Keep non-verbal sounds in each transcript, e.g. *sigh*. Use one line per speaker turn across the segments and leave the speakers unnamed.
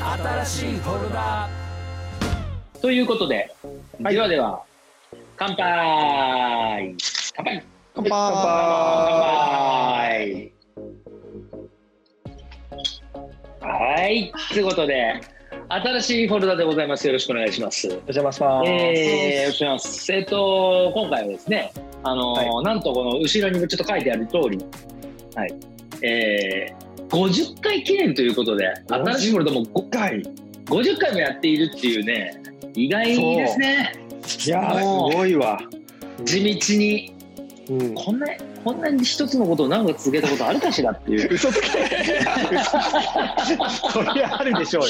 新しいフォルダ
ということで、
はい
ではでは、乾杯乾杯
乾
乾杯はい、ということで、新しいフォルダでございます。よろしくお願いします。
お邪魔します。
えー、よろしくお願いします。えっと、今回はですね、あのーなんとこの後ろにちょっと書いてある通り、はい、えー、50回記念ということで、新しいフォルダもご
今回
50回もやっているっていうね意外ですね
いやー
もう
すごいわ。
地道に
うん
こんなこんなに一つのことを何個続けたことあるかしらって *laughs* いう
嘘つけ。そりゃあるでしょうよ。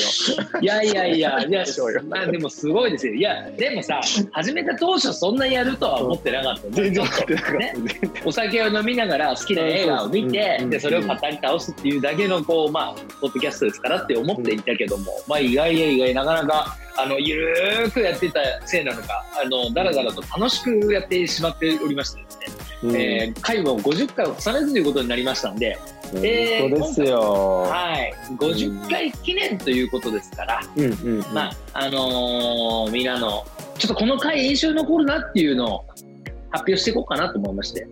いやいやいやいや
でしょうよ
まあでもすごいですよいやでもさ始めた当初そんなやるとは思ってなかった
全然
ちょっ
勝
と
てなかった
ねお酒を飲みながら好きな映画を見て
うん
でそれを語り倒すっていうだけのこうまあポッドキャストですからって思っていたけども、まあ意外や意外なかなかあのゆるーくやってたせいなのかあのだらだらと楽しくやってしまっておりましてですね、
うん
えー回も50回を重ねずということになりましたんで、えー
本当ですよ。
はい、50回記念ということですから、
うんうんうん。
まああのーみんなのちょっとこの回印象に残るなっていうのを発表していこうかなと思いまして、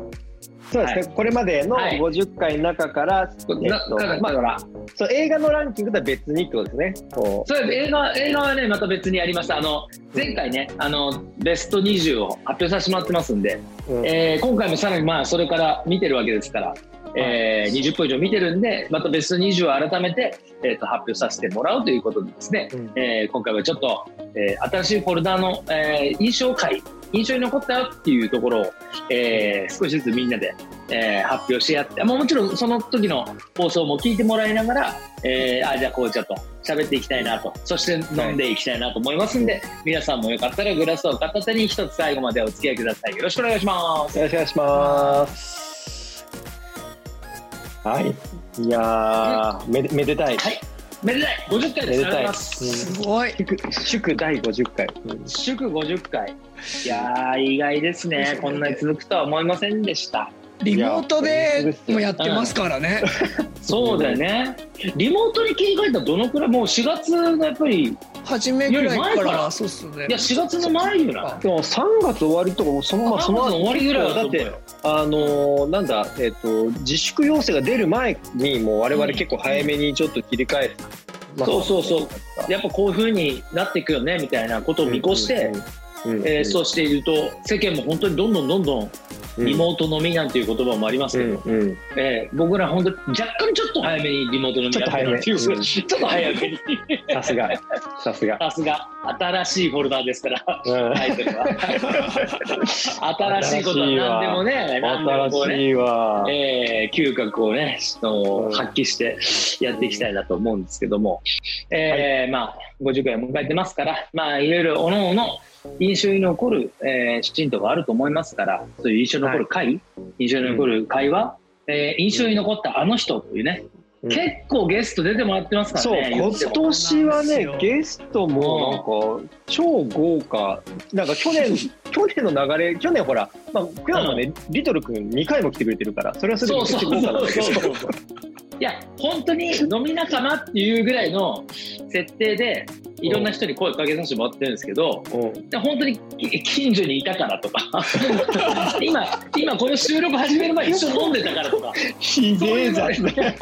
そうですね、これまでの
はい
50回の中から、えっ
な
と
だから
まあ、そう映画のランキングとは別にってことですね。こ
そうです映画映画はねまた別にやりましたあの前回ねあのベスト20を発表させてもらってますんで、
ううん
えー今回もさらにまあそれから見てるわけですから、えー20本以上見てるんでまたベスト20を改めて、えーと発表させてもらうということでですね、
うん
えー今回はちょっと、えー新しいフォルダの、えー印象回印象に残ったよっていうところを、えー少しずつみんなで、えー発表してやって、まあ、もちろんその時の放送も聞いてもらいながら、えーあじゃあ紅茶と喋っていきたいなとそして飲んでいきたいなと思いますんで、皆さんもよかったらグラスを片手に一つ最後までお付き合いくださいよろしくお願いします
よろしくお願いします。はい。いやー、めでめでたい。
はいめでたい50回です
めでたい
ありがとうござます、
うん
すごい
祝祝第50回。うん
祝50回いやー意外ですねこんなに続くとは思いませんでした
リモートでもやってますからね、
そうだよねリモートに切り替えたらどのくらいもう4月のやっぱりい
初めぐら
より
いか
前からら
そうっすね
や4月の前よな
でも3月終わりとかそのまあそ
その
の後
終わりぐらいは
だ
だ
っ
って
てあのーなんだえっ、と自粛要請が出る前にもう我々結構早めにちょっと切り替え、まあ
そうそうそうやっぱこういう風になっていくよねみたいなことを見越して、、
うんうんうん
えーそうしていると世間も本当にどんどんどんどんリモート飲みなんていう言葉もあります
う
け
ん
ど、
うん
えー僕ら本当に若干ちょっと早めにリモート飲みやってるっていう
ちょっと早め
*laughs* ちょっと早めに
さすがさすが、
さすが新しいフォルダーですから
うん
タイトルは
*laughs*
新しいことは何でもね何でもこう
新
ね
しいわ、
えー嗅覚をね、あの
うん
発揮してやっていきたいなと思うんですけども、えーまあ、50回を迎えてますから、まあ、いろいろおのおの印象に残る、えー、シチンとかあると思いますから、そういう印象に残る回、印象に残る会話、えー印象に残ったあの人というね、
うん
結構ゲスト出てもらってますか
そう
らね、言
今
っても
年は
そうなんです
ね
よ
ゲストもなんか超豪華なんか去年 *laughs* 去年の流れ去年ほら、まあ、去年もね、リトル君2回も来てくれてるからそれはそれでめちゃくちゃ豪華なんだけど
そうそうそういや、本当に飲み仲間っていうぐらいの設定で、いろんな人に声かけさせてもらってるんですけど、
うん
で本当にき近所にいたからとか *laughs* 今今この収録始める前一緒に飲んでたからとか
ひでえ雑談
*laughs*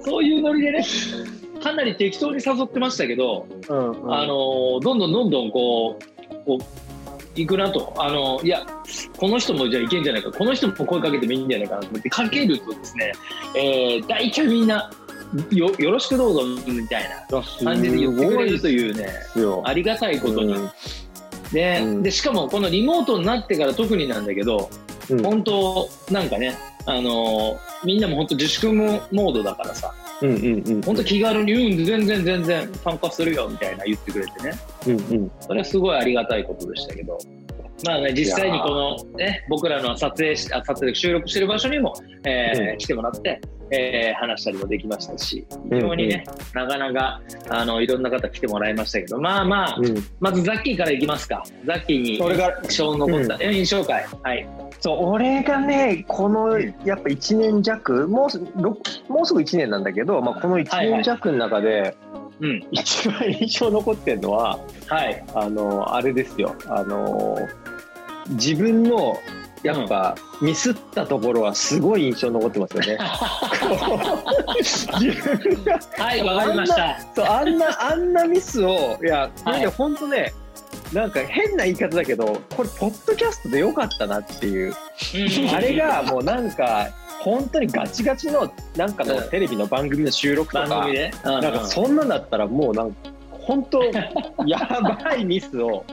そういうノリでねかなり適当に誘ってましたけど、
うんうん
あのーどんどんどんどんこうこう行くなとあのーいやこの人もじゃあいけんじゃないかこの人も声かけてもいいんじゃないかなと思ってかけるとですね、えー、大体みんなよよろしくどうぞみたいな感じで言ってくれるというね
すごい
ありがたいことに
うん
ね
うん
でしかもこのリモートになってから特になんだけど、
うん
本当なんかね、あのーみんなも本当自粛モードだからさ
うんうんうん
本当気軽に「うん全然全然参加するよ」みたいな言ってくれてね
うんうん
それはすごいありがたいことでしたけど。まあね、実際にこの、ね、僕らの撮影しあ撮影収録してる場所にも、えー
うん
来てもらって、えー話したりもできましたし、非常にね、なかなかあのいろんな方来てもらいましたけど、まあまあ、
うん、
まずザッキーからいきますか。ザッキーに
それが
印象に残った、え印象会。はい。
そう俺がねこのやっぱ1年弱もうすろもうすぐ1年なんだけど、まあ、この1
はいはい
年弱の中で
うん。
一番印象残ってるのは
はい。
あのあれですよあの自分のやっぱミスったところはすごい印象に残ってますよ
*laughs*
ね。自分が
はい、わかりました。
そうあんなあんなミスをいやこれね本当ねなんか変な言い方だけどこれポッドキャストでよかったなっ
*laughs*
ていう
うん
あれがもうなんか本当にガチガチのなんかの
うん
テレビの番組の収録とか
番組で。な
なんかそんなんだったらもうなんか本
*laughs*
当やばいミスを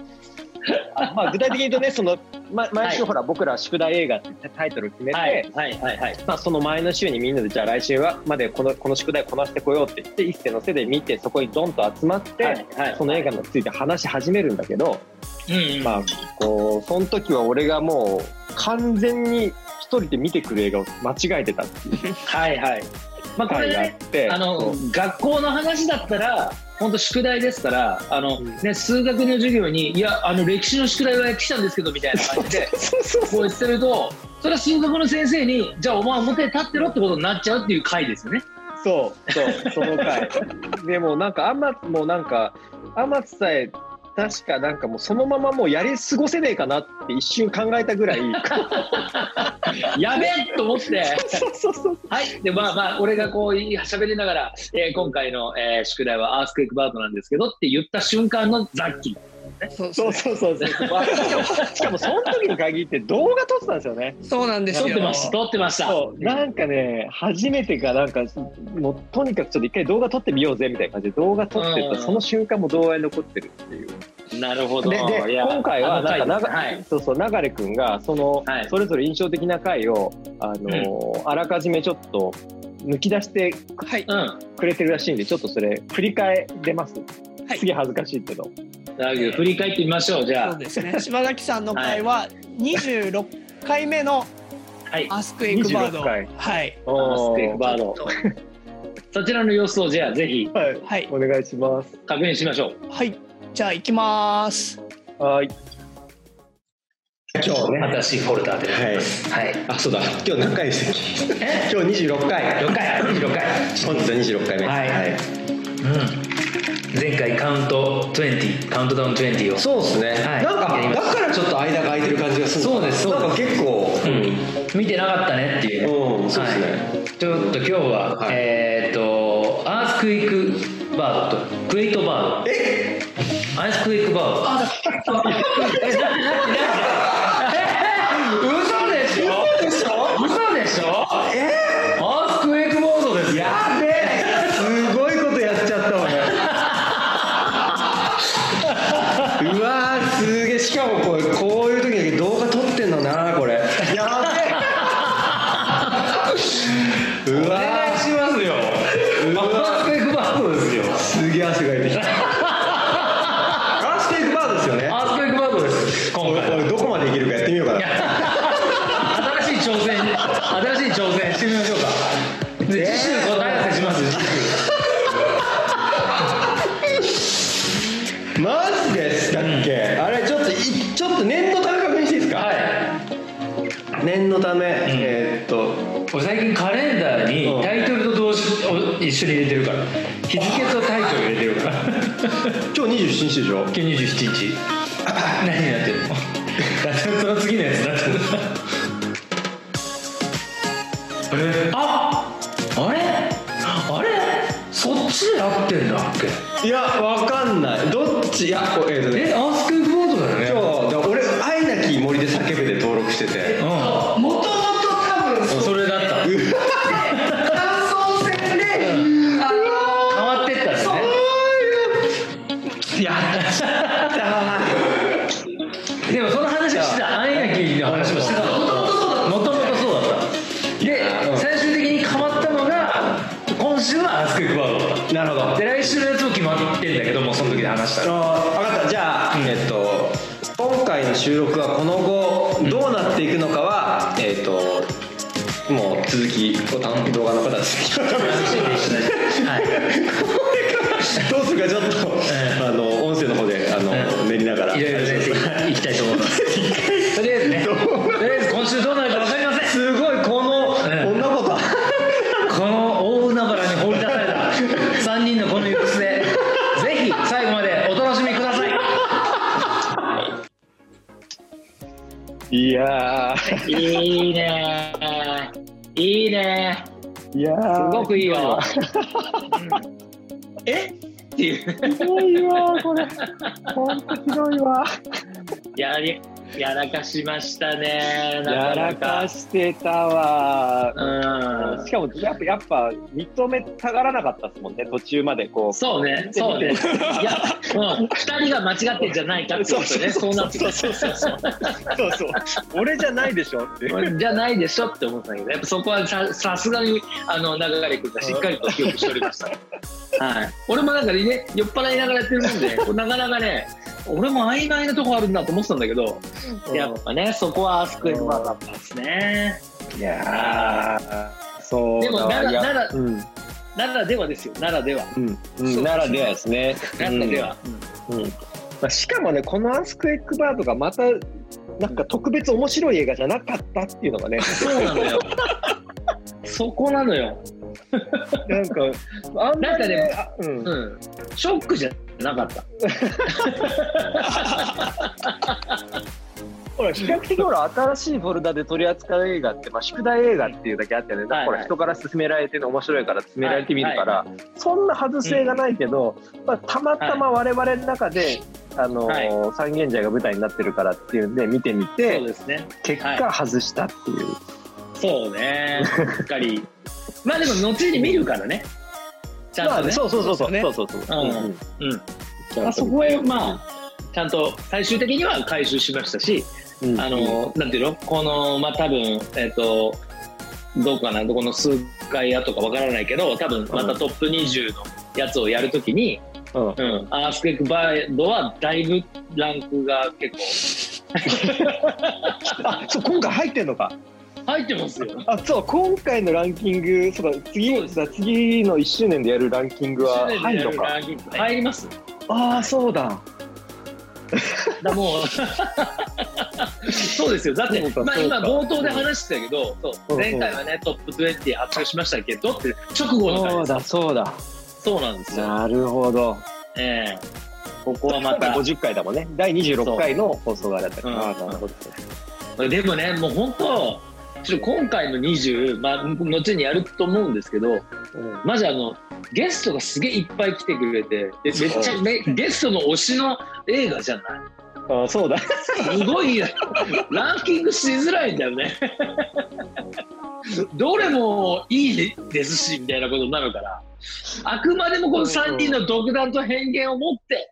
あまあ具体的に言うとねその、ま、毎週
はい
ほら僕ら宿題映画ってタイトル決めて、
はいはいはいはい。
まあ、その前の週にみんなでじゃあ来週はまでこのこの宿題こなしてこようって言って一世の背で見てそこにドンと集まって、
はいはい
その映画について話し始めるんだけど、
うんうん
まあこうその時は俺がもう完全に一人で見てくる映画を間違えてたっていう
はいはい。まあこれ
回があっ
ね、
て、
あ
そ
の
う
学校の話だったら。本当宿題ですから、あの
うん
ね、数学の授業に、いや、あの歴史の宿題はやってきたんですけどみたいな感じで、
*laughs* そうそう
こ
そう
う言ってると、それは数学の先生に、じゃあ、お前、表に立ってろってことになっちゃうっていう回ですよね。
そうそうその *laughs* 回でもうなんか天津もうなんか天津さえ確かなんかもうそのままもうやり過ごせねえかなって一瞬考えたぐらい
やべえと思って。
*laughs* そうそうそう
はい。で、まあまあ、俺がこう、いい喋りながら、えー今回の、えー宿題はアースクエイクバードなんですけどって言った瞬間のザッキー。
そうそ
そううそうそうそう *laughs* しかもその時に限って動画撮ってたんですよね
そうなんです
撮
よ
ってました、撮ってました。
そうなんかね初めてがなんかもうとにかくちょっと一回動画撮ってみようぜみたいな感じで動画撮って
うん
たその瞬間も動画に残ってるっていう
なるほど。
でで
いや
今回はなんか
あの
なが、
回ですね
そうそう流れ君がその、
はい
それぞれ印象的な回をあのー、あらかじめちょっと抜き出して
はい
はい。
くれてるらしいんでちょっとそれ振り返れます、
はい
すげえ恥ずかしいけど
うん。だけど振り返ってみましょう、じゃ
そう
あ。
ですね柴崎さんの回は26回目の
はい。ア
アスクエイクバード
26回
はい
ースクエイク
は
バード。そちらの様子を、じゃあ、ぜひ
い
はい
お願いします
確認しましょう。
はいじゃあ行きます
はい
今日ね、
新しいフォルダーで。
はい、
はい。
あそうだ今日何回でしたっけ今日26回
6回、26回。
本日は26回目
はいうん。前回カウント20、カウントダウン20を。
そうですね、
はい
なん
やりま
か
す
だからちょっと間が空いてる感じがする
そうですそうです
なんか結構
うん、見てなかったねっていうね、
うん、そうですね、
ちょっと今日は、
はい
えーっとアースクイックバードとクエイトバードえアイスクイックバードあ嘘でしょ嘘でしょ嘘でしょえアースクイックバードですや
やべえすごいことやっちゃったわねうわーすげえしかもこれこういう時だけ動画撮ってんのなこれやべえうわーしますよう
アース
わ
クイックバードですよ
ーすげえ汗がいてきたアーステイクバードですよね
アースクイックバードです今
おい
回
おいどこまでいけるかやってみようかな
新しい挑戦新しい挑戦してみましょうかで次週答え合わせしますよ次週
マジでしたっけ、あれちょっといちょっと念のため確認していいですか、
はい
念のため、えーっと
俺最近カレンダー
う
に
ん
タイトルと動詞を一緒に入れてるから日付とタイトル入れてるから
今日27日でしょ
今日27日 *coughs* 何になってるのだってその次のやつだってるえー、ああれあれそっちで合ってんだっけ
いやわかんないどっちいやこえーっとね
えアースクープボードだよね
今日だ俺「愛なき森で叫べ」で登録してて
うん
もともと多分
それだった変
感想戦で、あの
わってったんですねいやでもその話はしてたアンヤキーの話もしてたもともとそうだったで
うん
最終的に変わったのが今週はアスクイックバードだっ
なるほど
たで来週のやつも決まってんだけどもうその時で話した
あ分かったじゃあ、えーっと今回の収録はこの後どうなっていくのかは、えーっともう続きボタン動画の形で
*laughs*
どうするかちょっと、あの音声の方であの、練りながら
いろいろね、いきたいと思います。とりあえずね、とりあえず今週どうなるかわかりません。
すごいこの
ええ
女子と
この大海原に放り出され
*laughs*
た3人のこの行く末、ぜひ最後までお楽しみください。
いやー
いいねーいいね
いやー
ーすごくいいよ
え
っていう
ひどいわこれ本当ひどいわ
やりやらかしましたねな
や
からなか
かしてたわ
うん
しかもやっぱやっぱ認めたがらなかったですもんね途中までこう
そう *laughs* ねそうねいやうん二人が間違ってんじゃないかってことねそうなってくる
そうそう俺じゃないでしょって
じゃないでしょって思ったけどやっぱそこはささすがにあの流れ君がしっかりと記憶しておりました
*laughs*
はい俺もなんかね酔っ払いながらやってるもんでこうなかなかね俺も曖昧なとこあるなと思ってたんだけど、やっぱねそこはアスクエクバーだったんですね
いやーそう
でも
だわ
奈良
いや
奈
うん
ならではですよならでは
うん
そう
うんならではですね
ならでは、
まあ、しかもねこの「アスクエックバード」がまたなんか特別面白い映画じゃなかったっていうの
*laughs*
がね
そうなの
*laughs*
よそこなのよ
なんかあんまりねあうん
うんショックじゃなかった
ほら比較的ほら新しいフォルダで取り扱う映画って、まあ、宿題映画っていうだけあってね、
はい
ほら人から勧められてるの面白いから勧められてみるから、そんな外せがないけど、まあ、たまたま我々の中で、あのー三軒茶屋が舞台になってるからっていうんで見てみて、
そうですね
結果外したっていう、
そうねしっかりまあでも後に見るからねちゃんと
ま
ね、
あねそうそうそうそう
ね
そうそうそう、
うんうんまあ、そこへまあちゃんと最終的には回収しましたし、
うん
あのなんていうのこのまあ多分えっ、とどうかなどこの数回やとかわからないけど多分またトップ20のやつをやるときに、
うん
うんアースクエックバードはだいぶランクが結
あそう今回入ってんのか
構入ってますよ。
あそう今回のランキングそうだ次だ次の1周年でやるランキングは入るのか
入ります。
ああそうだ
だもう *laughs* そうですよだって
そうか
まあ
そう
今
か
冒頭で話してたけど、そう
うん
前回はねトップ20発表しましたけどって直後の回
そうだそうだ
そうなんですよ、
なるほど
ええここはま
今回
た
50回だもんね第26回の放送があれだった
うん
ああなるほど
でもねもう本当ちょっと今回の20、まあ、後にやると思うんですけどマジあのゲストがすげえいっぱい来てくれてでめっちゃめゲストの推しの映画じゃない
うんあそうだ
すごいよランキングしづらいんだよ
*laughs*
ね。どれもいいですしみたいなことになるからあくまでもこの3人の独断と偏見を持って、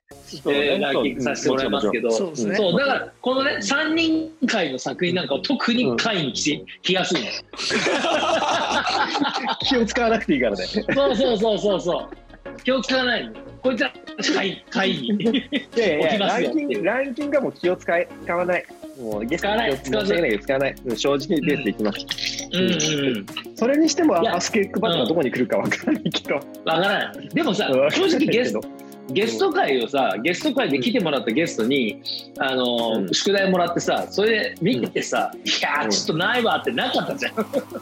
えーランキングさせてもらいますけど
そうですね
そうだからこのね3人会の作品なんかを特に会に来来やすいの
気を使わなくてい
*laughs*
いからね
そうそうそうそうそう気を使わないのこいつは会会
*laughs*
に
いやいやいや
起きま
ラ
すよ
ンキングランキングはもう気を使い使わないもうゲスト
使わない
に気を申し訳ないけど使わないうん正直にベースでいきます、
うんうん
それにしても
いや
アスケックバットがどこに来るかわからないけど、
わからないでもさ *laughs* 正直ゲストゲスト会をさゲスト会で来てもらったゲストに、あの
うん
宿題もらってさそれで見てさ「いや
う
ー
ん
ちょっとないわ」ってなかったじゃん、
*laughs*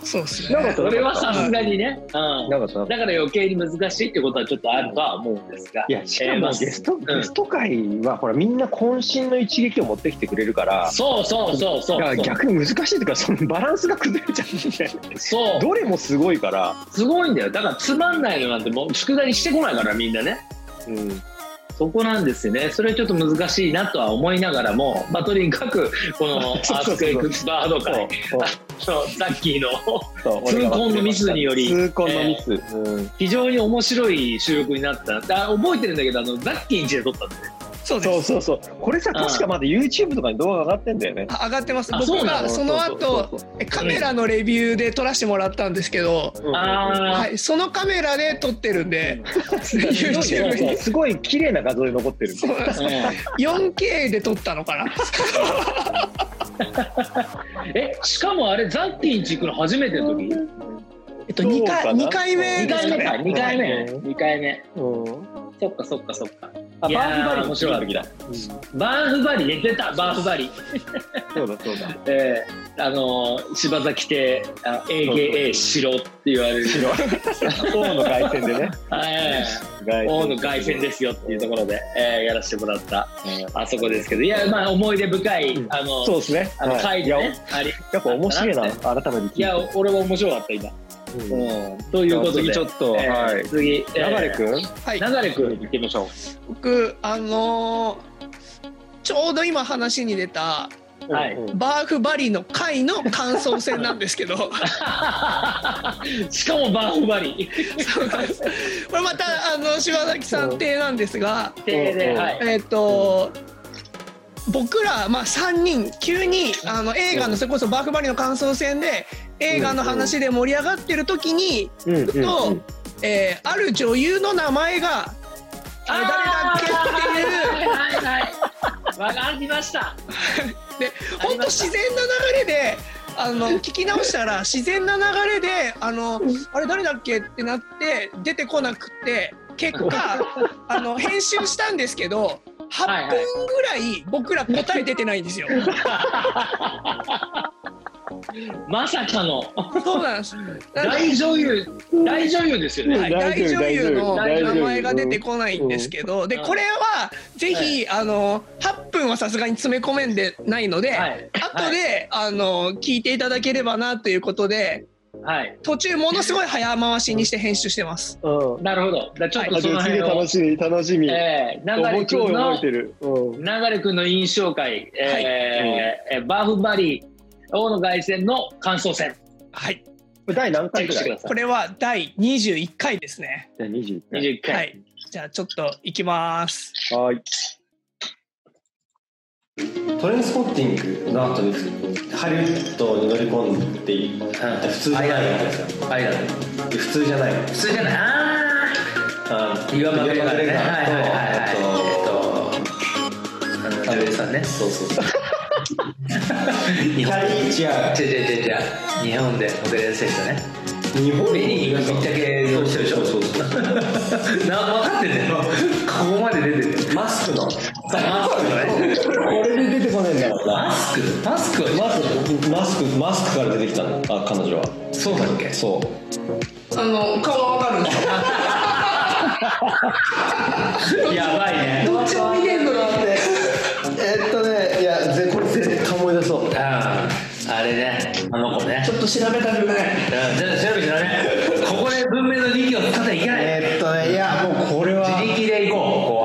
そうですね
なかった
それはさすがにね、うん
なかったなかった
だから余計に難しいってことはちょっとあるとは思うんですが
いやしか
えーま
も
あ
ゲスト、ゲスト界はほらみんな渾身の一撃を持ってきてくれるから
そうそうそうそ
だから
う
逆に難しいというかそのバランスが崩れちゃって
そう
どれもすごいから、
すごいんだよだからつまんないのなんてもう宿題にしてこないからみんなね
うん、
そこなんですよね。それちょっと難しいなとは思いながらも、まあ、とにかく、このア
*laughs*
ースクエイクバード
そう
会、そうさっきの
*laughs* そう
痛恨のミスにより
痛恨のミス、うん
非常に面白い収録になった。あ覚えてるんだけど、あの、ザッキーんちで撮ったんだよね。
そうです
そうそうそうこれさ
うん
確かまだ YouTube とかに動画上がってんだよね
あ上がってます
あそう
僕
な
が
の
その
そう
後
そう
えカメラのレビューで撮らせてもらったんですけど、
そううん
あ
は
ー
い、そのカメラで撮ってるんで、
すご
YouTube
いね
に
すごい綺麗な画像で残ってる
そう
うん
4K で撮ったのかな
*laughs* えしかもあれザッティンチ行くの初めての時
えっと2
そうかな
回二回目
2
です
回
か
目か
ね
2回目
う
2回目
うん
そっかそっかそっか
あ
いやー
バーフバリ
面白かった
うん
バーフバリね出たバーフバリ
そうだそうだ
えー、あのー柴崎邸あの AKA 城って言われる *laughs*
王の凱旋で *laughs* ね
はい王の凱旋ですよっていうところで、えーやらせてもらったあそこですけどいやまあ思い出深い、
うん
あの
そうですね
あの
はい
会
いや
でねあり
やっぱ面白いな
なん
改めて聞いて
いや俺も面白かった今、
うん
うん、ということで
じゃあ次ちょっと
えー
はい
次、えー
流れくん
はい
流れくん行ってみましょう
僕あのーちょうど今話に出た
はい
うん
バーフバリの回の感想戦なんですけ *laughs* ど
しかもバーフバリ
そうなんですこれまたあの柴崎さん邸なんですが
邸で、
うん
はい、
えっ、と僕ら、まあ、3人急にあの映画のそれこそバーフバリの感想戦で映画の話で盛り上がってる時に、
うんうんうん
と、えーある女優の名前がえー誰だっけっていう
はいはいはいわかりました
本当自然な流れであの聞き直したら自然な流れであのあれ誰だっけってなって出てこなくて結果あの編集したんですけど
はい
8分ぐらい僕ら答え出てないんですよ。
まさかの
そうなんです。なんで
大女優大女優ですよね、
うん
はい
大
大
丈夫
女優
大
の
女
名
優
前が出てこないんですけど、で
うん
これはぜひあの8分はさすがに詰め込めんでないので、
はい
後であの聞いていただければなということで、
はい
途中ものすごい早回しにして編集してます。
うん
なるほどだからちょっ
あ
とそ
じゃ
の
あ次
辺を、
楽しみ楽しみ
えー、流れく
超
ん
覚
の
えてるうん
流れくんの印象会、えー
はい
えーバーフバリー王の凱旋の感想戦
はい、
第何
チェッ
回
ク
ぐ
して
ら
く
い
ださ
これは第21回ですね。
第21
い21回、
はい、じゃあちょっと行きます。
はい
トレンスポッティングの後にハリウッドに乗り込んでいった普通じゃないわけですよ
アイランド
普通じゃない
普通じゃないあ
あ
ー岩間メガネねはいはいはい
とえっと
はいあの女優さんね
そうそうそう
日
キ
本
ャリーチア
違う違う違う違う日本でモデルやってる人ね
日本
にぶっちゃけ用意してるでしょ
そうそうそう
な分かってんだよここまで出てる
マスクの
マスクね
これで出てこないんだろうな
マスクマスクは
マスクマスクマスクから出てきたのあ彼女は
そうだっけ
そう
あの顔はわかるん *laughs* ですか。
やばいね
どっちも見てんのだってえっとねいやぜこれ絶対思い出そう
あああれねあの子ね
ちょっと調べたくない
うんじゃあ調べてねここで文明の利器を使ってはいけない
えっとねいやもうこれは
自力で行こうここは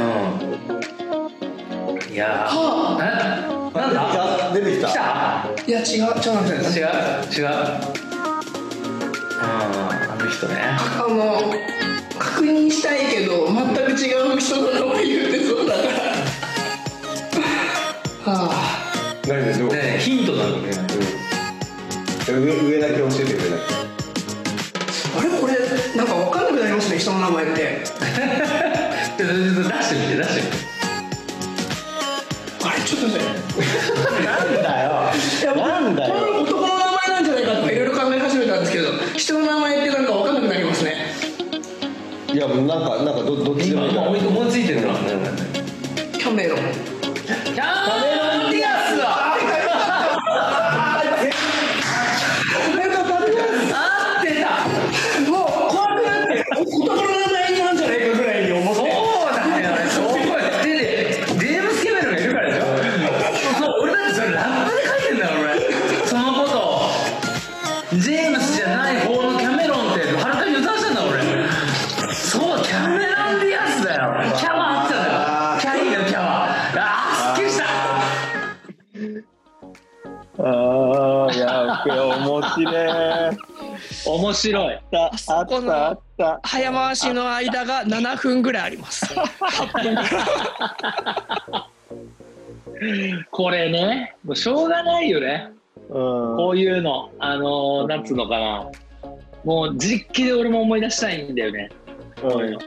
うんいやーななんだ
あ出てきた
来た
いや違うちょっと待って
違う違ううんあの人ね
あの確認したいけど全く違う人の名前言ってそうだ *laughs* から。は
何でしょう
ねえヒントなのね
上上だけ教えてくれない
あ、あれこれなんかわかんなくなりますね人の名前って。
ちょっとちょっと出してみて出してみて
あれちょっと待って。
なんだよなんだよ
男の名前なんじゃないかとかいろいろ考え始めたんですけど人の名前ってなんか分かんなくなりますね
いやもうなんかなんかどどっちでもいいから
思い思いついてるの
キャメロ
キャメロ
ン
ン・ディアスだ合ってた
もう怖くなって男の名前なんじゃないかぐらいに思って
そうだよねそうだよででジェームス・キャメロンがいるからでしょそう俺だってそれラップで書いてんだよ俺そのことをジェームスじゃない方のキャメロンってはるかに歌したんだ俺そうキャメロン・ディアスだよキャワーってたんだよキャリーのキャワーあーすっきりした
ああいやこれ面白い
面白い
あっ
そこの
たあった
早回しの間が7分ぐらいあります
これね、もうしょうがないよね。
うん
こういうの、あのー、なんつうのかな。もう実機で俺も思い出したいんだよね。こういうの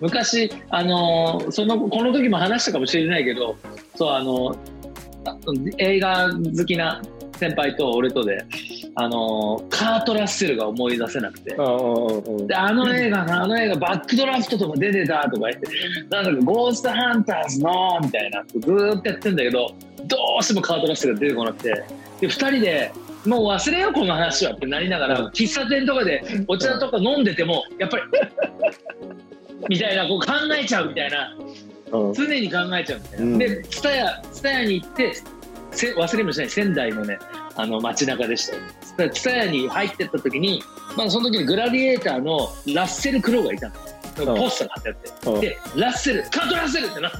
昔、あのーその、この時も話したかもしれないけど、そう、あのーあ映画好きな先輩と俺とで、あのーカートラッセルが思い出せなくて。
うんうん
であの映画なあの映画バックドラフトとか出てたとか言ってなんだかゴーストハンターズのみたいなずーっとやってんだけどどうしてもカートラッシュが出てこなくてで2人でもう忘れようこの話はってなりながら喫茶店とかでお茶とか飲んでてもやっぱり *laughs* みたいなこう考えちゃうみたいな
うん
常に考えちゃうみたいな、
うん
で蔦屋蔦屋に行ってせ忘れもしない仙台のねあの街中でしたよ蔦屋蔦屋に入ってった時に、まあ、その時にグラディエーターのラッセル・クロウがいたの
うん
ポスターが貼ってあ
う
っ
ん
てでラッセルカートラッセルってなった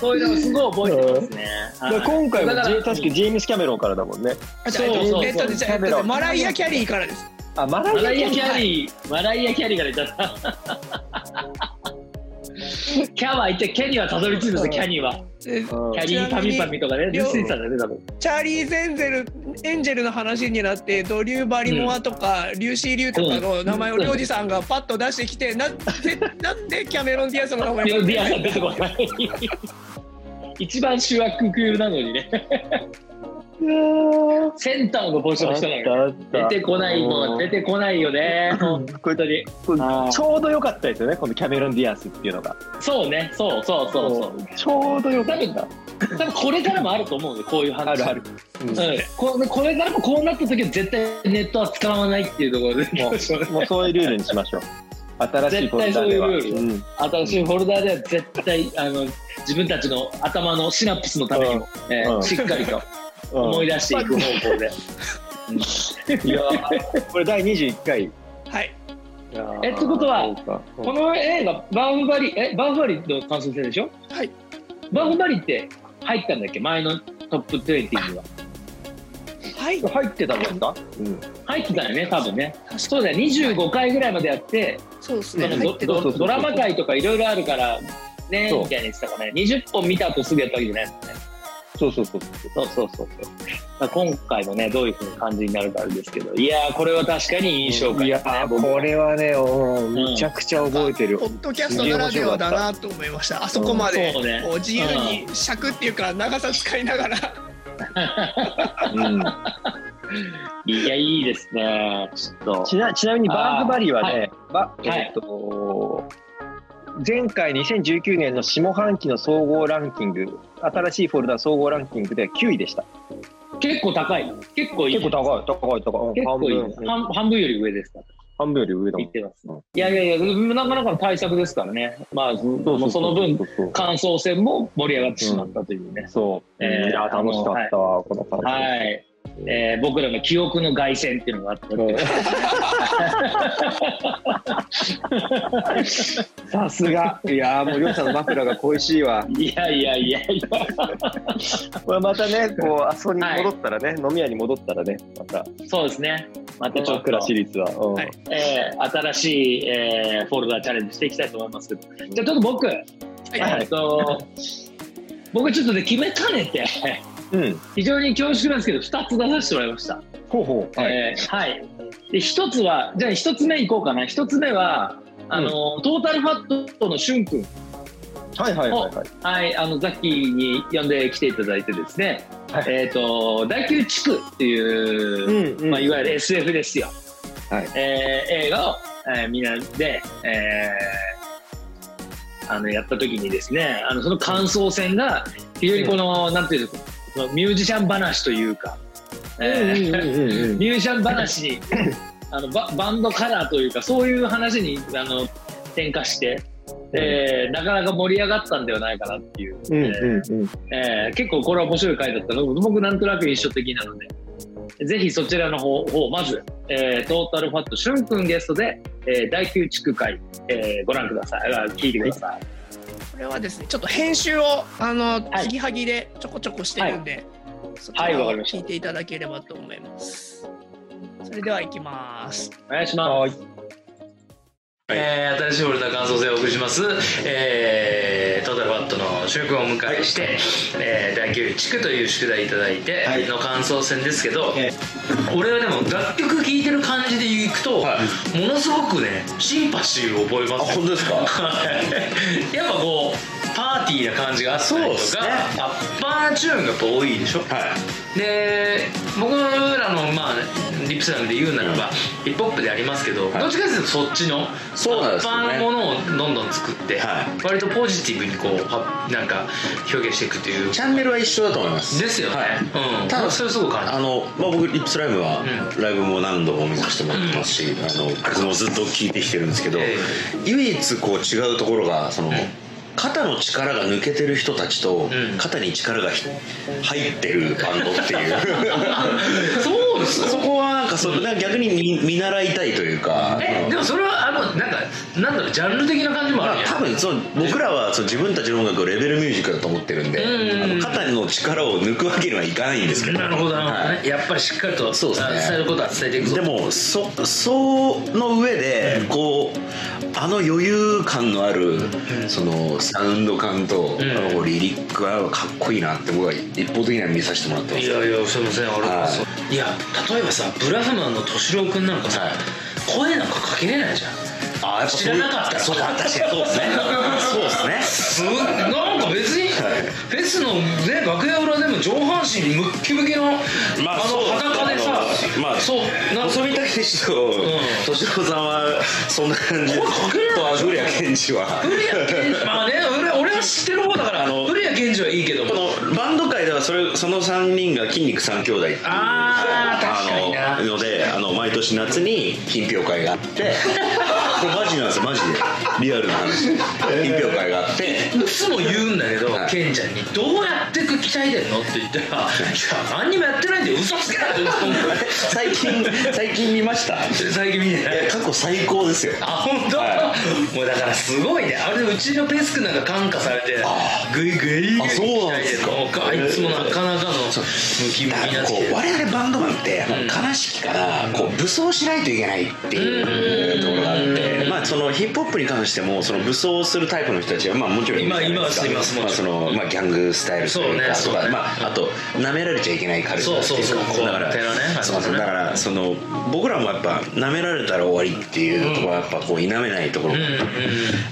そういうのがすごい覚えてますね、
だから今回も
だから
ジェ確かジェームス・キャメロンからだもんね。
じゃあえっと
そうそうそう
えっとねじゃあえっとねマライア・キャリーからです
あ、マラ
マラ
イ
イ
ア・
ア・キ
キ
ャ
ャリー。
リー、マライア・キャリーが出 *laughs* た。キャは一体キャニーはたどり着いたんですよ、キャニーは。
え
うん
キャリーパミパミとかね、ルシーさんが出たの。
チャーリー・ゼンゼルエンジェルの話になってドリュー・バリモアとか、リューシー・リュウとかの名前を
うん
リョウジさんがパッと出してきてなぜなんでキャメロン・ディアスの名前
デ
が
ィアさん出てこない。 *laughs* 一番主役クールなのにね。センターのポジションの人なのに。
あったあった
出てこないもん、出てこないよね。本当に。あー
ちょうど良かったですよね、このキャメロン・ディアスっていうのが。
そうね、そうそうそうそう。
ちょうど良か
多
っ
分、多分これからもあると思うよ、こういう話。
た。あるある。
うんここれからもこうなった時は絶対ネットは使わないっていうところで
もうもうそういうルールにしましょう。新しいポスターでは。
絶対そう
うん
新しいフォルダーでは絶対あの自分たちの頭のシナプスのためにも、えー
うん
しっかりと
うん
思い出していく方向で、
いやーこれ第21回。
はい
えってことは
そうか
この映画バーフバリえバーフバリの感想戦でしょ
はい
バーフバリって入ったんだっけ前のトップ20には
はい
入ってたんですか
入ってたよね多分ねそうだよ25回ぐらいまでやって
そうです
そ
ね
の
入
ド
って
ド
そうそうそう
ドラマ界とかいろいろあるからね
そう
みたいに言ってたからね20本見た後すぐやったわけじゃないもんね
そうそうそう。
そうそうそうそう。まあ、今回もね、どういうふうな感じになるかあれですけど、いやー、これは確かに印象
い
会
や
だね、
ー
僕
これはね、うん
うん
めちゃくちゃ覚えてる
ポ。ッドキャストならではだなと思いましたあそこまで、
そうね
こう自由に尺っていうか長さ使いながら
うん
いや、いいですね、ちょっと。
ちなちなみにバーフバリーはね、ば
い
えっと、前回2019年の下半期の総合ランキング、新しいフォルダ総合ランキングで9位でした。
結構高い。結構いい。
結構高い、高い、高い。
結構いい
半分
半半分より上ですから、
半分より上だも
言
ん
っ。てます、
うん
いやいやいや、なかなかの対策ですからね、まあ、そもうその分、
そう
感想戦も盛り上がってしまったというね、
そう。
えー
いやー、楽しかったわ、この感じ。
はい、えー僕らの記憶の凱旋っていうのがあったっていう
うんさすが。いやーもうりょうさんの枕が恋しいわ。
いやいやいやいや、
これまたね、こう、あそこに戻ったらね、飲み屋に戻ったらね、また、
そうですね、またちょっ
枕
と
シ。リーズは。うん
はい
えー新しい、えーフォルダーチャレンジしていきたいと思いますけど、じゃあちょっと僕、えっと、僕ちょっとね、決めかねて、
うん。
非常に恐縮なんですけど、2つ出させてもらいました。
ほうほう。
えーはい。で、1つは、じゃあ1つ目いこうかな。1つ目は、あの、トータルファットのしゅんくん、
はいはいはいはい。
はい、あの、ザッキーに呼んで来ていただいてですね、
はい
えっ、と、第9地区っていう、
ん
まあ、いわゆる SF ですよ、
はい
えー映画を、えーみんなで、えーあのやった時にですねあのその感想戦が非常にこの、なんていうのそのミュージシャン話というか、えーミュージシャン話にあのババンドカラーというかそういう話にあの転化して、えーなかなか盛り上がったんではないかなっていう、
うん
えー
うんうん。
えー結構これは面白い回だったの僕なんとなく印象的なのでぜひそちらの方をまず、えートータルファットしゅんくんゲストで、えー第9地区回、えーご覧くださいあ聞いてください、
これはですねちょっと編集をあの
はい
継ぎはぎでちょこちょこしてるんで、そち
はい
ら
わ
を
かりました
聞いていただければと思います、それではいきます
お願いしま
はい。
えー、新しいフォルダ感想戦をお送りします。え
えートータルバットの主君をお迎えして、えー第9地区という宿題いただいて
はい
の感想戦ですけど、
え
俺はでも楽曲聴いてる感じでいくと、ものすごくねシンパシーを覚えますよ
当ですか
*laughs* はいやっぱこうパーティーな感じがあったりと
そうっす
か、
ね
アッパーなチューンがやっぱ多いでしょ、で僕らのまあリップスラムで言うならば、ヒップホップでありますけど、どっちかというとそっちの
そうなんですよね
アッパーのものをどんどん作って、
は
割とポジティブにこうはなんか表現していくという
チャンネルは一緒だと思います
ですよね、
はい
うん
ただ
それすごく感じ
あの、まあ、僕リップスライムは
う
ライブも何度も見させてもらってますし、あの僕もずっと聞いてきてるんですけど、
え
唯一こう違うところがその、肩の力が抜けてる人たちと、
ん
肩に力がひ入ってるバンドっ
*laughs*
ていう
そうです
そこはなんかそなんか逆に見見習いたいというか
えでもそれはあのなんかなんだろうジャンル的な感じもある
まあ、
やん、
多分そう僕らはそう自分たちの音楽をレベルミュージックだと思ってるんで、
うん
あの肩の力を抜くわけにはいかないんですけど
なるほどなるほどね、
はい
やっぱりしっかりと
そうですね
伝えることは伝えていくぞ
でもそその上でこうあの余裕感のあるそのサウンド感と、あのリリックはかっこいいなって僕は一方的には見させてもらってま
い
す
やいやすいません俺も
はい
そういや例えばさブラフマンの敏郎君なんかさ、
はい
声なんかかけれないじゃん
ああやっぱそういう
知らなかったら
そう確かにそうですねそうですね
すなんか別に、
はい
フェスの、ね、楽屋裏でも上半身ムッキムキの、
まあ
あの
そうですね
裸でさ
あのまあ
そうなん
細身たけしと敏郎さんはそんな感じで
声かけれない
と古谷健二は
古谷健二まあね俺俺は知ってる方だから
あの
古谷健二はいいけども
このバンド界ではそれその3人が筋肉3兄弟っていう
あー確かにな
あののであの毎年夏に品評会があってこれマジなんですよマジでリアルな話品評会があって
いつも言うんだけど、
はい
ケンちゃんに「どうやって鍛えてんの?」って言ったら「いや何にもやってないんで嘘つけな」って言うんだよ
最近最近見ましたい
最近見てない
や過去最高ですよ
あ本当、
は
もうだからすごいねあれうちのペスクなんか感化されてグイグイグイ
あそうなんですか
鍛えてるのあいつもなかなかのムキム
だ
キな
からこう我々バンドマンって悲しきからこう武装しないといけないっていうところがあってまあそのヒップホップに関してもその武装するタイプの人たちはまあもちろんるじゃないですか
今今はいます
まあそのまあギャングスタイルというか
そ
と
うねそうね
かまああと舐められちゃいけないカルチャーってい
そうそうそう
だから
コアなね
そうなんですよだからその僕らもやっぱ舐められたら終わりっていうところはやっぱこう否めないところ
うんうん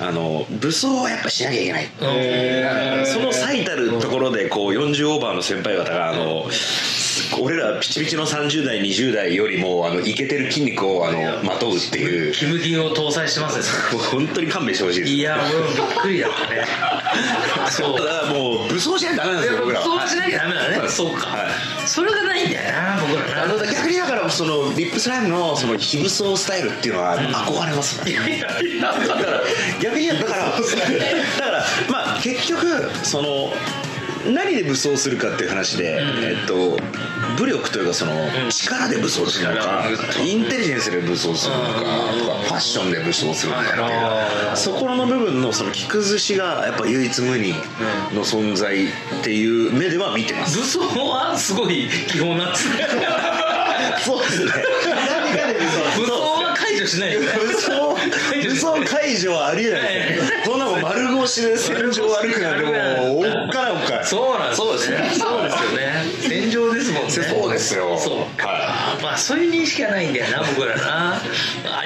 あの武装はやっぱしなきゃいけない
うん
その最たるところでこう40オーバーの先輩方があの俺らピチピチの30代20代よりもあのイケてる筋肉をあのまとうっていう
キムキを搭載してますね
もう本当に勘弁してほしいです
いや俺もびっく
*laughs*
りだったねそう
だからもう武装しないとダメなんですよ僕らは
そうしなきゃダメだね、そうか、
はい
それがないんだよな僕らな
あの逆にだからそのリップスライムのその非武装スタイルっていうのは憧れますね、だから逆にだからだからまあ結局その何で武装するかっていう話で、えっと武力というかその力で武装するのか、インテリジェンスで武装するのかとかファッションで武装するのかっていうそこの部分のその着崩しがやっぱ唯一無二の存在っていう目では見てます
武装はすごい基本なんですね
*laughs* そうです *laughs* ね。
武装は解除しないよね
武装武装解除はありえないですね。そんなもん丸腰で戦場歩くなんてもうおっかなおっかな。
そうなんです
そうですね。
そうですよね戦場ですもんね
そうですよ。
そう
は。
まあそういう認識はないんだよな僕らなあ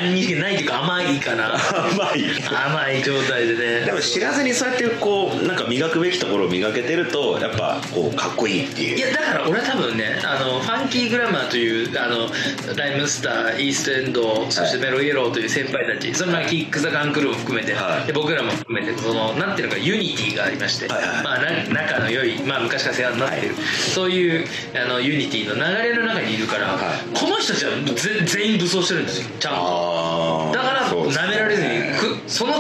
認識ないっていうか甘いかない
まあいい。
甘い状態でね
でも知らずにそうやってこうなんか磨くべきところを磨けてるとやっぱこうかっこいいっていう。
いやだから俺は多分ねあのファンキーグラマーというあのライムスターイーストエンドそしてメロイエローという先輩たち、そのまあキック・ザ・カンクルーも含めて、
はい
で僕らも含めてそのなんていうのかユニティがありまして、
はいはい
まあ、な仲の良い、まあ、昔から世話になってる、そういうあのユニティの流れの中にいるから、
はい
この人たちはぜ全員武装してるんですよちゃんと
あー
だから
そうですね
舐められずにくその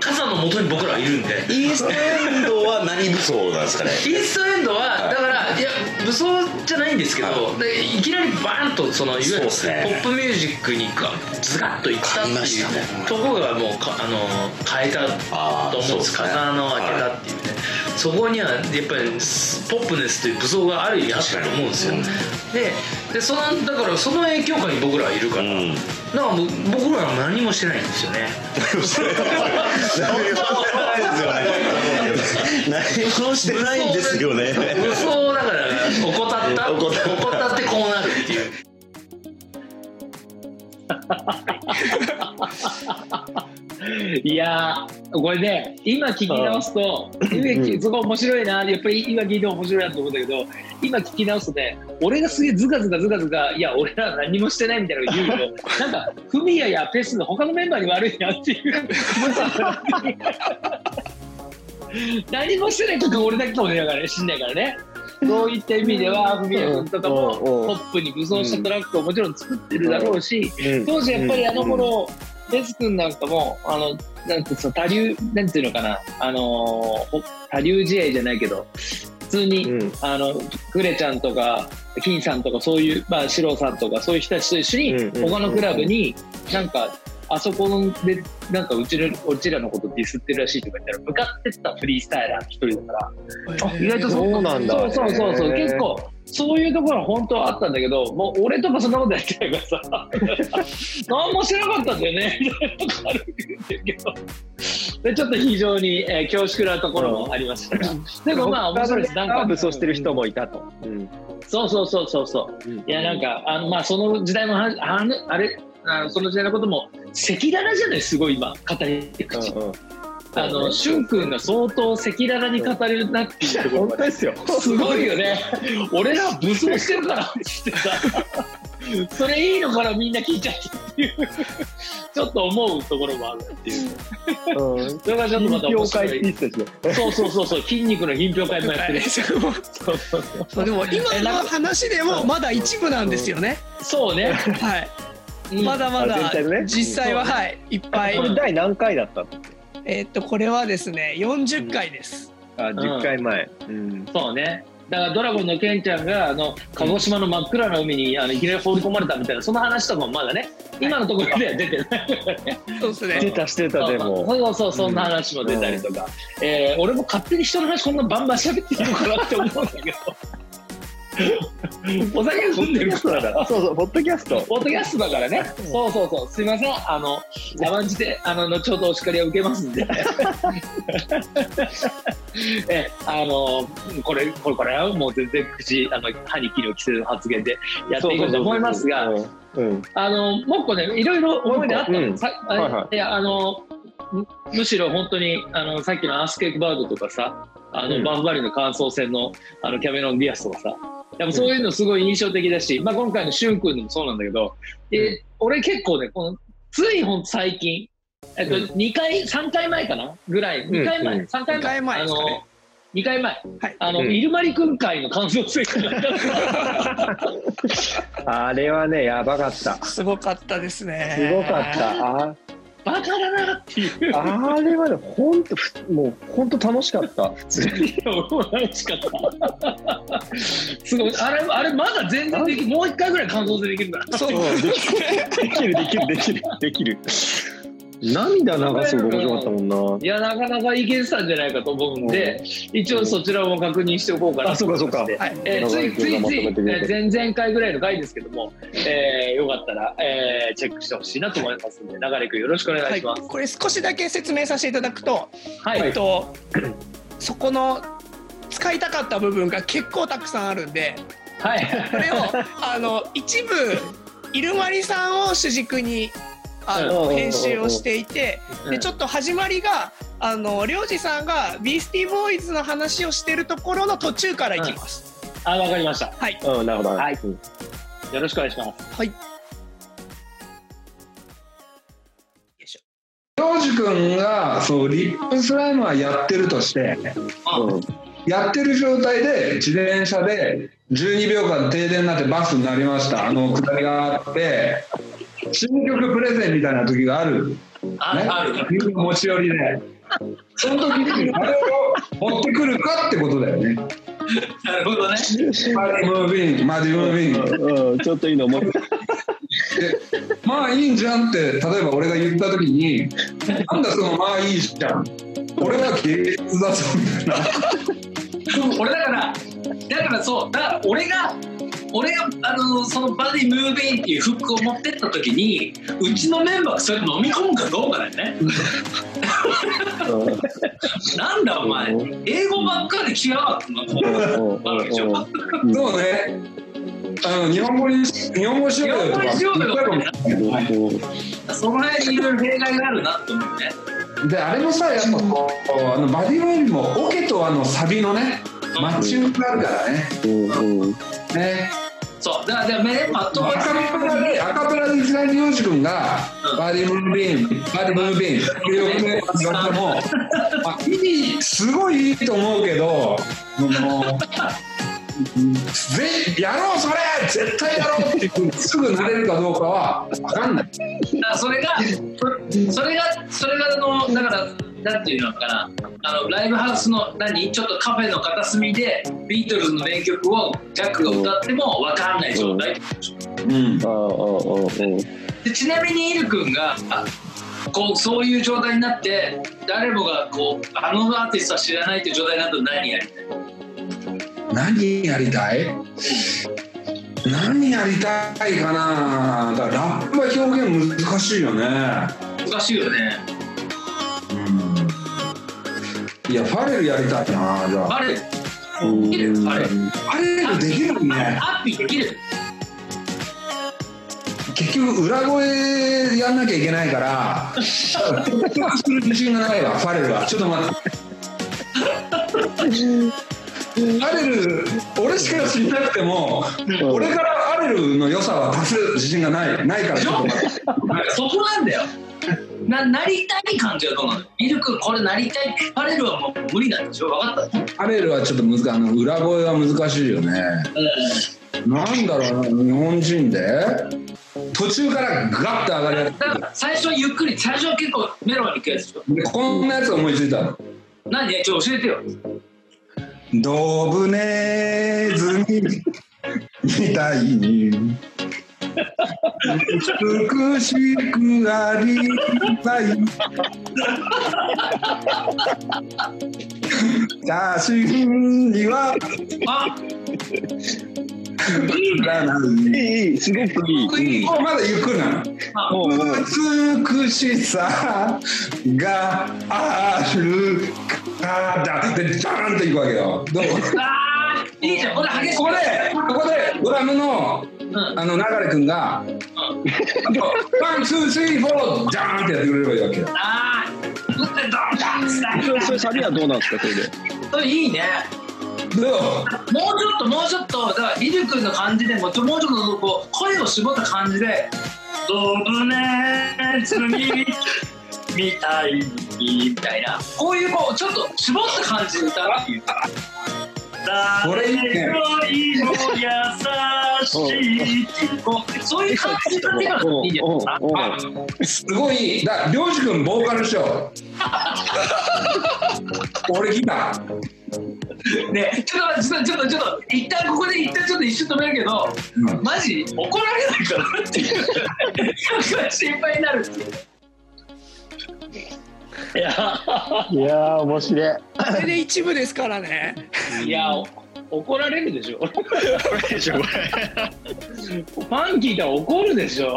傘のもとに僕らはいるんで
イーストエンドは何武装なんですかね。
イーストエンドは、
はい
だからいや武装じゃないんですけど、、
はい
でいきなりバーンとそのいわゆる
そう
ポ
ですね
ップミュージックにガズガッといったってい
買いましたね
うとこがもうかあの変えた
あー
と思うんです
そうですね
風穴を開けたっていうね、そこにはやっぱりポップネスという武装がある意味あったと思うんですよ、
確か
ででそのだからその影響下に僕らはいるから、
うん。
だからもう僕らは何もしてないんですよね
舐められてないですよね。何もしてないんですよね
無双だから怠った
怠った
怠ってこうなるっていう
いやーこれね今聞き直すと今すごい面白いなやっぱり今聞いても面白いなと思うんだけど今聞き直すとね俺がすげえズカズカズカズカいや俺ら何もしてないみたいなの言うけどなんかフミヤやペスの他のメンバーに悪いなっていう何もしてない曲俺だけかもしれないからねしんないからねそういった意味ではフミヤ君とかもトップに武装したトラックをもちろん作ってるだろうし、当時やっぱりあの頃、デス君なんかも、あの、なんてその多流、なんていうのかな、あのーほ、多流試合じゃないけど、普通に、
うん
あの、クレちゃんとか、金さんとか、そういう、まあ、シローさんとか、そういう人たちと一緒に、
うんうん
他のクラブに、なんか、あそこで、なんか、うちの、うちらのことディスってるらしいとか言ったら、向かってったフリースタイラーの一人だから、あ意外とそう
そうなんだ
そうそうそうそう、
へー
結構そういうところは本当はあったんだけどもう俺とかそんなことやってないからさ
*laughs*
何もしなかったんだよねみたいなとこあるけどでちょっと非常に、えー恐縮なところもありましたが、でもまあ面白いですなんか
武装してる人もいたと。
そうそうそうそうそう、
うん
いやなんかあのまあその時代もはあのあれあのその時代のことも赤裸々じゃないすごい今語り口、あのしゅんくんが相当赤裸々に語れるなっていうところ
本
が
当ですよ。
すごいよね。俺ら武装してるからって言ってさ、それいいのからみんな聞いちゃってっていう、ちょっと思うところもあるっていう。
うん。
それがちょっとまた面
業
白
界ピ
い。
ースですよ。
そうそうそうそう、筋肉の品評会もやってる。 *laughs* そうそうそう
そうでも今の話でもまだ一部なんですよね。
そうね。 *laughs*
はい。
うん
まだまだ
あ全体のね
実際ははいいっぱい
こ。れ
第何回だったの？
えーっとこれはですね40回です。
あ、10回前。うん。
そうね。だからドラゴンのケンちゃんがあの鹿児島の真っ暗な海にあのいきなり放り込まれたみたいなその話とかもまだね今のところでは出てないからね
そうですね。
出たしてたでも。
*laughs* そうそうそうそんな話も出たりとか、えー俺も勝手に人の話こんなバンバン喋っていいのかなって思うんだ *laughs* けどお酒飲んでるから
そうそう、ポッドキャスト。
ポッドキャストだからね、そうそうそうすいませんあの山んじてあの後ほどお叱りを受けますんで *laughs* えあのこれこれこれはもう全然口あの歯に切を着せる発言でやっていこうと思いますが
うん。
あの、もっこね、いろいろ思い出あった
うん
の。さあ
はいはい
や、あの、むむしろ本当に、あの、さっきのアースケークバードとかさ、あの、
うん
バンバリの感想戦の、あの、キャメロン・ディアスとかさ、やっぱそういうのすごい印象的だし、まあ今回のシュン君でもそうなんだけど、で、俺結構ね、この、ついほんと最近、えっと、2回、3回前かなぐらい、2回前、
うん
3回前。
二回前
あ
です
の
かね、
2回前、
はい
あの、
うん
イルマリ君会の感想戦
あれはね、やばかった。
すごかったですね。
すごかった。あ
*laughs* バカだなっていう。
あれはね、ほんと、もう、ほんと楽しかった。普通に。
楽しかった。すごい。あれ、あれまだ全然できもう一回ぐらい感動でできるから。
そう
うんできる、できる、できる、できる。涙流すのが面白かったもんな。
いや、なかなかいけてたんじゃないかと思うんで、一応そちらも確認しておこうかな
あ、そうか、そうか。
はい。
えーついついつい、え
中川
ー前々回ぐらいの回ですけども、えーよかったら、えーチェックしてほしいなと思いますので、流れくんよろしくお願いします。
これ少しだけ説明させていただくと、
はい。
えっと、そこの使いたかった部分が結構たくさんあるんで
はい。
これを
*laughs*
あの一部イルマリさんを主軸にあの
うん
編集をしていて
う
で
ん
ちょっと始まりがあの領事さんがビースティーボーイズの話をしてるところの途中からいきます。
あ、わかりました。
はい、
うん、なるほど。
はいよろしくお願いします。
はい
洋二君がそうリップスライムはやってるとして
うん
やってる状態で自転車で12秒間停電になってバスになりましたあの下りがあって新曲プレゼンみたいな時がある、ね、
あ、ある。
みんな持ち寄りでその時にあれを持ってくるかってことだよ
*laughs*
ね
なるほどね。
マディムービングマディムービング
うんうん、ちょっといいの思い
*laughs* まあいいんじゃんって例えば俺が言った時になんだそのまあいいじゃん俺は芸術だぞみたいな
俺だからだからそうだから俺が俺があのそのバディムービーっていうフックを持ってった時にうちのメンバーがそれ飲み込むかどうかだよねなんだお前英語ばっかり聞かなかったのこうなるでしょ
そうね。あの日本語にし日本語しようよと
日本
か。
語にしようよ
いっぱいあるもん
その辺にいろいろ弊害があるなって思うね
であれもさやっぱこうあのバディムービーもオケとあのサビのねマッチングがあるからね。ね。
そうだからでもまあとも
ア
か
カペラでアカペラでいきなり洋治君がバディムービーバディムービーってよくね言われても *laughs* まあいいすごいいいと思うけどもう。ぜやろうそれ絶対やろうっていうすぐなれるかどうかは分かんない。
だからそれがそそれがそれがあのだからなんていうのかなあのライブハウスの何ちょっとカフェの片隅でビートルズの名曲をジャックが歌っても分かんない状態
うん。
でちなみにイル君があこうそういう状態になって誰もがこうあのアーティストは知らないという状態になると何やりたい
何やりたい何やりたいかなだからラップは表現難しいよね
難しいよね
いやファレルやりたいなじゃあ
あれできるあれ
ファレルできるね
ハッピーできる
結局裏声やんなきゃいけないから結局する自信がないわファレルはちょっと待ってファレル俺しか知らなくても、俺からファレルの良さは足す自信がないないからちょっと待って
なんかそこなんだよななりたい感じはどうなのイル君これなりたいパレルはもう無理なんでしょ分かった
ファレルはちょっと難しいあの裏声は難しいよねなんだろうな日本人で途中からガッて上がるや
だから最初はゆっくり最初は結構メロンに行くやつでしょ
つでこんなやつ思いついたの
何ちょっと教えてよ
「ドブネズミみたいに美しくありたい」「写真には
あ
映らない」
いい、すごくいい。
もうまだゆっくりなの。
あ
美しさがあるからでジャーンっていくわけよどう
あーいいじゃんこれ激しい
ここでここでドラムの
うん
あの流れ君が「ワンツースリーフォー」ジャーンってやってくれればいいわけよ
ああ打ってドンダンスタイル
それサビはどうなんですか、それで。
それいいね
ど
もうちょっともうちょっとだからイル君の感じでもうちょもうちょっとこう声を絞った感じで「ドブネズミ」みたいにみたいなこういうこうちょっと絞った感じで歌うっていう
これいいね
誰よりも優しいこうそういう感じで歌ってからいいんじゃないですか
うんうん
あ
うすごいだ涼く君ボーカル
*laughs*
しよう俺ギター
ねちょっとちょっとちょっとちょっと一旦ここで一旦ちょっと一瞬止めるけど、
うん
マジ怒られないかなっていう心配になるっていう
いや、
いやー面白い
あれで一部ですからね。
いやお怒られるでしょ。怒られるでしょ、これ。ファン聞いたら怒るでしょ。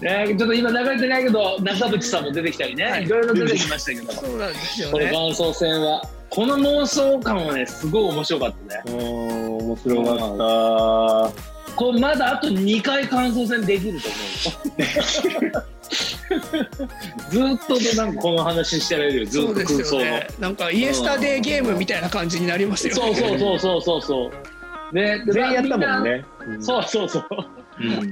ね、ちょっと今流れてないけど、中渕さんも出てきたりね、いろいろ出てきましたけど。
そうなんですよ
この
ね。
感想戦は、この妄想感はね、すごい面白かったね。
面白かっ
これまだあと2回感想戦できると思う。ずっとねなんかこの話してられるよ、ずっ
そ
と
うで
空
す
想
よ
の。
ね。なんかイエスタデーゲームみたいな感じになりますよね。
そうそうそうそうそうそう。ね、
た全員やったもん
ね。
ね
そうそうそう。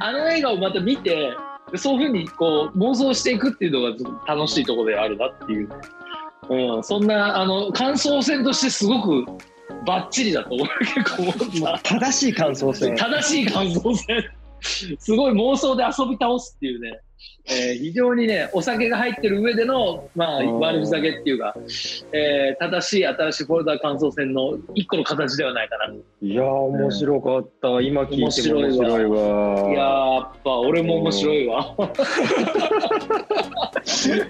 あの映画をまた見て、そういうふうにこう妄想していくっていうのが楽しいところであるなっていう。うん、そんなあの感想戦としてすごくバッチリだと思う結構思った
正しい感想戦
正しい感想戦すごい妄想で遊び倒すっていうね、えー非常にねお酒が入ってる上での、まあ、
うん
悪ふざけっていうか、えー正しい新しいフォルダー感想戦の一個の形ではないかなと
いやー面白かった今聞いても面白
面白い
いわ
いやーやっぱ俺も面白いわ。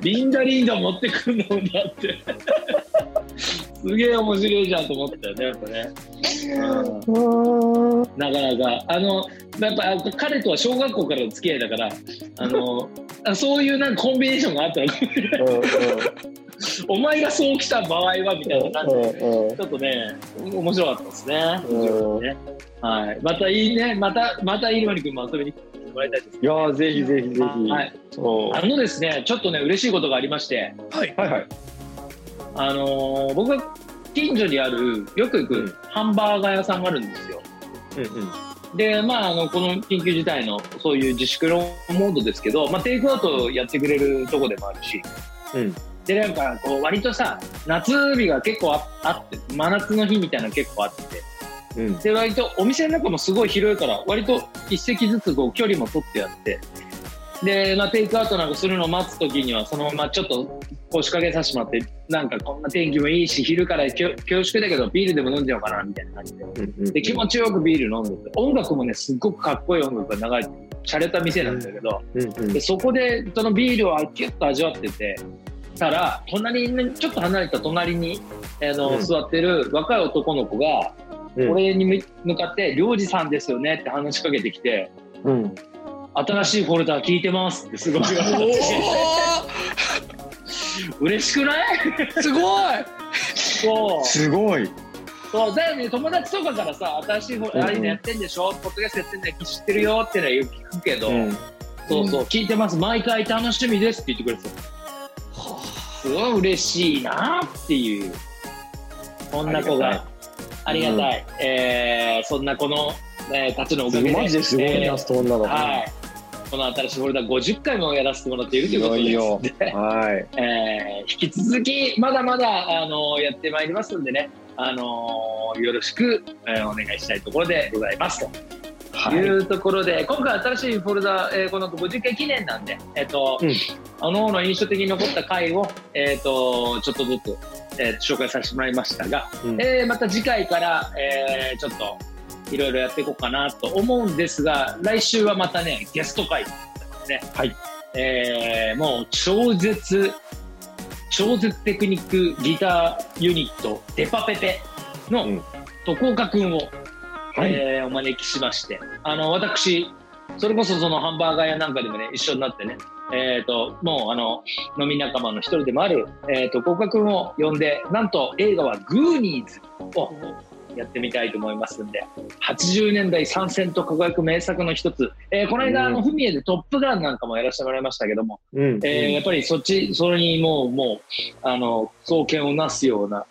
リンダリンダ持ってくんのだって。すげえ面白いじゃんと思ったよね、やっぱね。うんなかなかあのやっぱ彼とは小学校からの付き合いだからあ
*laughs*
のあそういうなんかコンビネーションがあったのかもしれない *laughs* お前がそう来た場合はみたいな感じでちょっとね面白かったですねねはいまたいいねまたまたイルマリ君も遊びに来てもらいたいです
いやーぜひぜひぜひ。
はい
そう
あのですねちょっとね嬉しいことがありまして
はい
はいはい。
あのー僕が近所にあるよく行くハンバーガー屋さんがあるんですよ
うんうん。
で、まあ、あのこの緊急事態のそういう自粛のモードですけど、まあ、テイクアウトやってくれるとこでもあるし、
うん
でなんかこう割とさ夏日が結構ああって真夏の日みたいなの結構あって
うん
で割とお店の中もすごい広いから割と一席ずつこう距離も取ってやってで、まあ、テイクアウトなんかするのを待つ時にはそのままちょっと腰掛けさせてもらってなんかこんな天気もいいし昼からきょ恐縮だけどビールでも飲んじゃおうかなみたいな感じで。で気持ちよくビール飲んでて音楽もねすっごくかっこいい音楽が流れてる洒落た店なんだけど、
うん
でそこでそのビールをキュッと味わっててたら隣にちょっと離れた隣にあの、
うん
座ってる若い男の子が、
うん
俺に向向かって「領事さんですよね」って話しかけてきて
うんうん。
「新しいフォルダー聞いてます」ってすごい言われ
お
て
お
嬉しくない
すごい
そう
すごい。
そうだよね友達とかからさ新しいフォルダーああいうのやってんでしょ、ポッドキャストやってんだよ知ってるよってのはよく聞くけど。
うん。
そうそう、聞いてます、毎回楽しみですって言ってくれてた。すごい嬉しいなっていう、こんな子が、ありがたい、えーそんなこの、えーたちのおかげで、
マジですごい
え
な、
ー
そんなの。
はい、この新しいフォルダ50回もやらせてもらっているということで
いよはい。
えー引き続き、まだまだ、あのやってまいりますんでね、あのよろしく、えーお願いしたいところでございますと。、。
はい
うところで今回新しいフォルダ、えーこの50回記念なんで、えっと
うん
あのの印象的に残った回を、えっとちょっとずつ、えー紹介させてもらいましたが、
うん
えーまた次回から、えーちょっといろいろやっていこうかなと思うんですが来週はまたねゲスト会ですね、
はい
えーもう超絶超絶テクニックギターユニットデパペペの
うん
徳岡君を、
はい
えーお招きしましてあの私それこそそのハンバーガー屋なんかでもね一緒になってねえー、ともうあの飲み仲間の一人でもある、えー、と国君を呼んでなんと映画は「グーニーズ」をやってみたいと思いますんで80年代参戦と輝く名作の一つ、えーこの間あのフミエで「トップガン」なんかもやらせてもらいましたけども、
うん。
えーやっぱりそっちそれにもうもうあの双剣をなすような、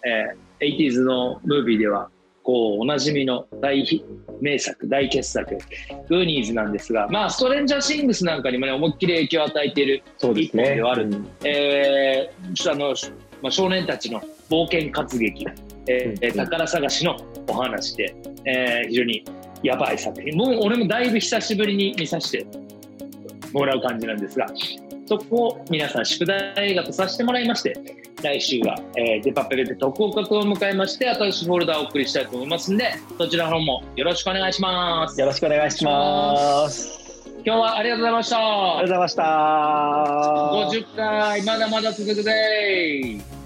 えー、80s のムービーではこうおなじみの大ヒ名作大傑作「グーニーズ」なんですがまあストレンジャー・シングスなんかにもね思いっきり影響を与えている
そうですね。
一本ではある
うん
えーあのまあ、少年たちの冒険活劇、えー
うん
宝探しのお話で、えー非常にやばい作品もう俺もだいぶ久しぶりに見させてもらう感じなんですがそこを皆さん宿題映画とさせてもらいまして来週は、えーデパペレで特報格を迎えまして新しいフォルダーをお送りしたいと思いますんでそちらの方もよろしくお願いします
よろしくお願いします。
今日はありがとうございました
ありがとうございました。
50回まだまだ続くぜー